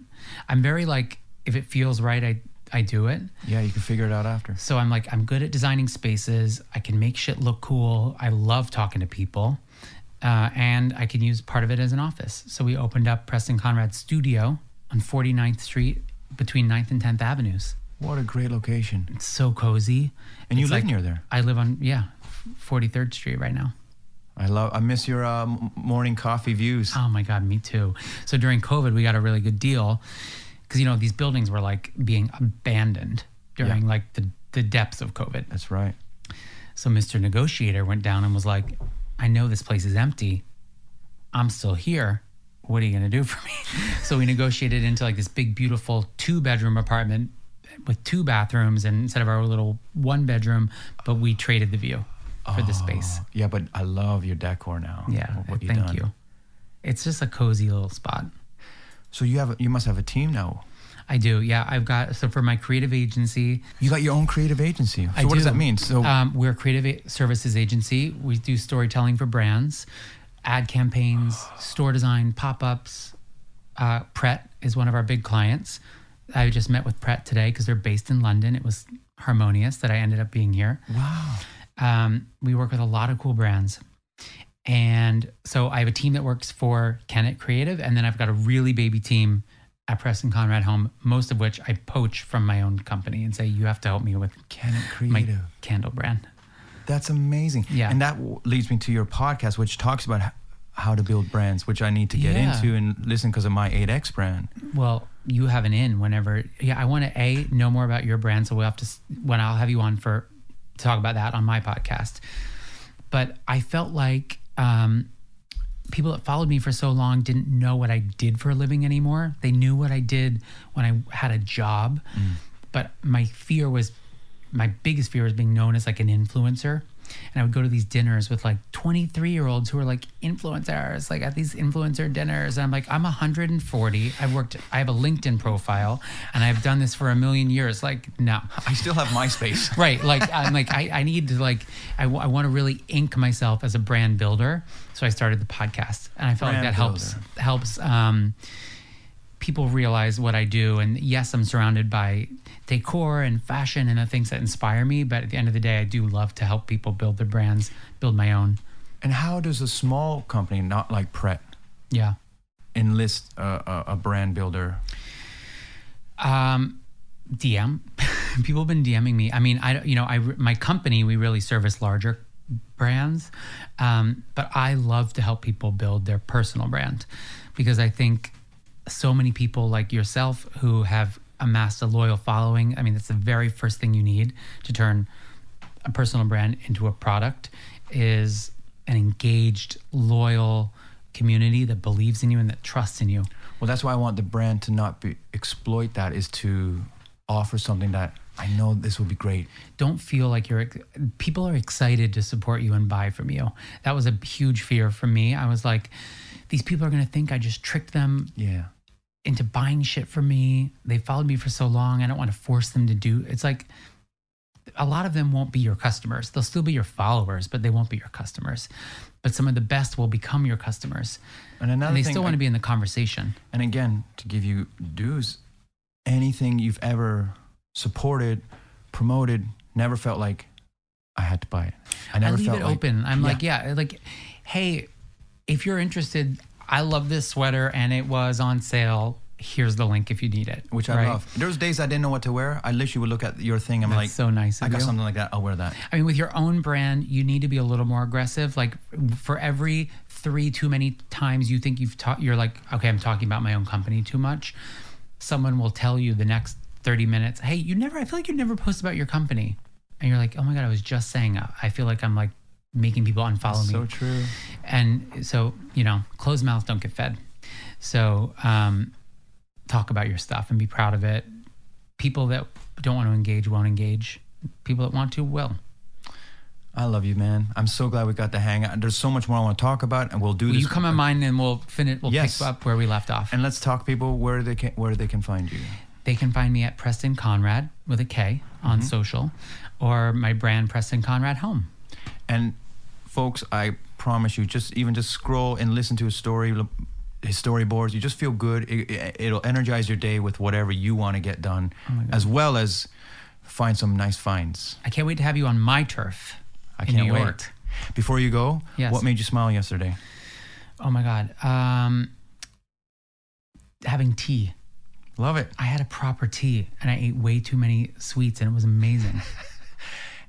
Speaker 8: I'm very like if it feels right, I I do it.
Speaker 7: Yeah, you can figure it out after.
Speaker 8: So I'm like I'm good at designing spaces. I can make shit look cool. I love talking to people, uh, and I can use part of it as an office. So we opened up Preston Conrad Studio on 49th Street between 9th and 10th Avenues.
Speaker 7: What a great location.
Speaker 8: It's so cozy.
Speaker 7: And you
Speaker 8: It's
Speaker 7: live
Speaker 8: like-
Speaker 7: near there.
Speaker 8: I live on yeah, 43rd Street right now.
Speaker 7: I love. I miss your uh, m- morning coffee views.
Speaker 8: Oh my God, me too. So during COVID, we got a really good deal because you know these buildings were like being abandoned during
Speaker 7: Yeah.
Speaker 8: like the the depths of COVID.
Speaker 7: That's right.
Speaker 8: So Mr. Negotiator went down and was like, "I know this place is empty. I'm still here. What are you gonna do for me?" <laughs> so we negotiated into like this big, beautiful two bedroom apartment with two bathrooms and instead of our little one bedroom, but we traded the view for the space.
Speaker 7: Yeah, but I love your decor now.
Speaker 8: Yeah,
Speaker 7: Oh, What, what you
Speaker 8: thank
Speaker 7: done.
Speaker 8: you. It's just a cozy little spot.
Speaker 7: So you have. You must have a team now.
Speaker 8: I do. Yeah, I've got so for my creative agency.
Speaker 7: You got your own creative agency. So
Speaker 8: I
Speaker 7: what does
Speaker 8: do.
Speaker 7: that mean? So
Speaker 8: um, we're a creative a- services agency. We do storytelling for brands, ad campaigns, store design, pop ups. Uh, Pret is one of our big clients. I just met with Pret today because they're based in London. It was harmonious that I ended up being here.
Speaker 7: wow.
Speaker 8: Um, we work with a lot of cool brands. And so I have a team that works for Kennet Creative, and then I've got a really baby team at Preston Conrad Home, most of which I poach from my own company and say, You have to help me with
Speaker 7: Can it
Speaker 8: my
Speaker 7: creative?
Speaker 8: candle brand.
Speaker 7: That's amazing.
Speaker 8: Yeah.
Speaker 7: And that w- leads me to your podcast, which talks about h- how to build brands, which I need to get
Speaker 8: Yeah.
Speaker 7: into and listen because of my 8X brand.
Speaker 8: Well, you have an in whenever. Yeah, I want to A, know more about your brand. So we'll have to, s- when I'll have you on for, to talk about that on my podcast. But I felt like, um, people that followed me for so long didn't know what I did for a living anymore. They knew what I did when I had a job, but my fear was my biggest fear was being known as like an influencer. And I would go to these dinners with like 23 year olds who are like influencers, like at these influencer dinners. And I'm like, I'm 140. I've worked, I have a LinkedIn profile and I've done this for a million years. Like, no
Speaker 7: I still have MySpace.
Speaker 8: <laughs> right like i'm like i, I need to like i, want to really ink myself as a brand builder so i started the podcast and i felt
Speaker 7: Brand
Speaker 8: like that helps
Speaker 7: builder.
Speaker 8: helps um people realize what i do and yes i'm surrounded by decor and fashion and the things that inspire me but at the end of the day i do love to help people build their brands build my own
Speaker 7: and how does a small company, not like Pret,
Speaker 8: yeah
Speaker 7: enlist a, a, a brand builder?
Speaker 8: Um, DM. <laughs> People have been DMing me. I mean, I don't- you know, I my company we really service larger brands, um, but I love to help people build their personal brand because I think so many people like yourself who have amassed a loyal following. I mean, that's the very first thing you need to turn a personal brand into a product is an engaged, loyal community that believes in you and that trusts in you.
Speaker 7: Well, that's why I want the brand to not be, exploit that, is to offer something that I know this will be great.
Speaker 8: don't feel like you're people are excited to support you and buy from you that was a huge fear for me i was like these people are going to think i just tricked them
Speaker 7: Yeah.
Speaker 8: into buying shit from me they followed me for so long i don't want to force them to do it's like a lot of them won't be your customers. They'll still be your followers, but they won't be your customers. But some of the best will become your customers.
Speaker 7: And another
Speaker 8: and they
Speaker 7: thing
Speaker 8: still
Speaker 7: I-
Speaker 8: want to be in the conversation.
Speaker 7: And again, to give you dues, anything you've ever supported, promoted, never felt like I had to buy it. I
Speaker 8: I
Speaker 7: never
Speaker 8: leave
Speaker 7: felt
Speaker 8: it
Speaker 7: like,
Speaker 8: open. I'm like, yeah, like, hey, if you're interested, I love this sweater and it was on sale. Here's the link if you need it.
Speaker 7: which I
Speaker 8: right?
Speaker 7: love. There was days I didn't know what to wear. I literally would look at your thing. I'm
Speaker 8: That's
Speaker 7: like,
Speaker 8: so nice
Speaker 7: I
Speaker 8: of
Speaker 7: got
Speaker 8: you."
Speaker 7: something like that. I'll wear that.
Speaker 8: I mean, with your own brand, you need to be a little more aggressive. Like for every three too many times you think you've taught, you're like, okay, I'm talking about my own company too much. Someone will tell you the next 30 minutes, hey, you never, I feel like you never post about your company. And you're like, oh my God, I was just saying, I- I feel like I'm like making people unfollow me.
Speaker 7: So true.
Speaker 8: And so, you know, closed mouths don't get fed. So, um, talk about your stuff and be proud of it. People that don't want to engage won't engage. People that want to will.
Speaker 7: I love you, man. I'm so glad we got to hang out. There's so much more I want to talk about, and we'll do
Speaker 8: Will
Speaker 7: this.
Speaker 8: you come on mine and we'll finish. We'll
Speaker 7: Yes.
Speaker 8: pick up where we left off.
Speaker 7: and let's talk people where they can where they can find you.
Speaker 8: they can find me at Preston Conrad with a K on
Speaker 7: Mm-hmm.
Speaker 8: social, or my brand Preston Conrad Home.
Speaker 7: And folks, I promise you, just even just scroll and listen to his story, l- his storyboards. You just feel good. It, it, it'll energize your day with whatever you want to get done,
Speaker 8: Oh
Speaker 7: as well as find some nice finds.
Speaker 8: I can't wait to have you on my turf.
Speaker 7: I
Speaker 8: in
Speaker 7: can't
Speaker 8: New
Speaker 7: wait.
Speaker 8: York.
Speaker 7: Before you go,
Speaker 8: Yes.
Speaker 7: what made you smile yesterday?
Speaker 8: Oh my God. Um, having tea.
Speaker 7: Love it.
Speaker 8: I had a proper tea and I ate way too many sweets and it was amazing.
Speaker 7: <laughs>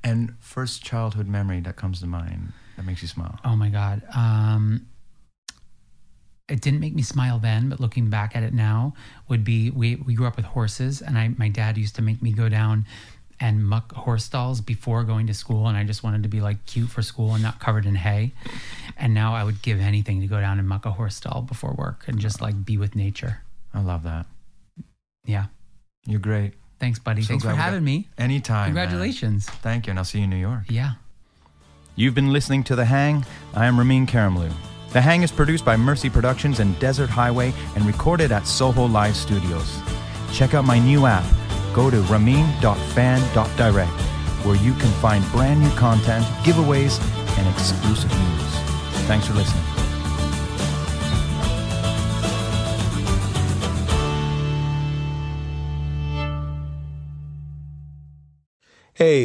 Speaker 7: And first childhood memory that comes to mind that makes you smile.
Speaker 8: oh my God. Um, it didn't make me smile then, but looking back at it now would be we, we grew up with horses and I my dad used to make me go down and muck horse stalls before going to school and I just wanted to be like cute for school and not covered in hay. And now I would give anything to go down and muck a horse stall before work and just like be with nature.
Speaker 7: I love that.
Speaker 8: Yeah.
Speaker 7: You're great.
Speaker 8: Thanks, buddy.
Speaker 7: So
Speaker 8: Thanks for
Speaker 7: glad we got-
Speaker 8: having me.
Speaker 7: Anytime. man.
Speaker 8: Congratulations.
Speaker 7: Thank you, and I'll see you in New York.
Speaker 8: Yeah.
Speaker 7: You've been listening to The Hang. I am Ramin Karamlu. The Hang is produced by Mercy Productions and Desert Highway and recorded at Soho Live Studios. Check out my new app. Go to ramin.fan.direct where you can find brand new content, giveaways, and exclusive news. Thanks for listening.
Speaker 4: Hey,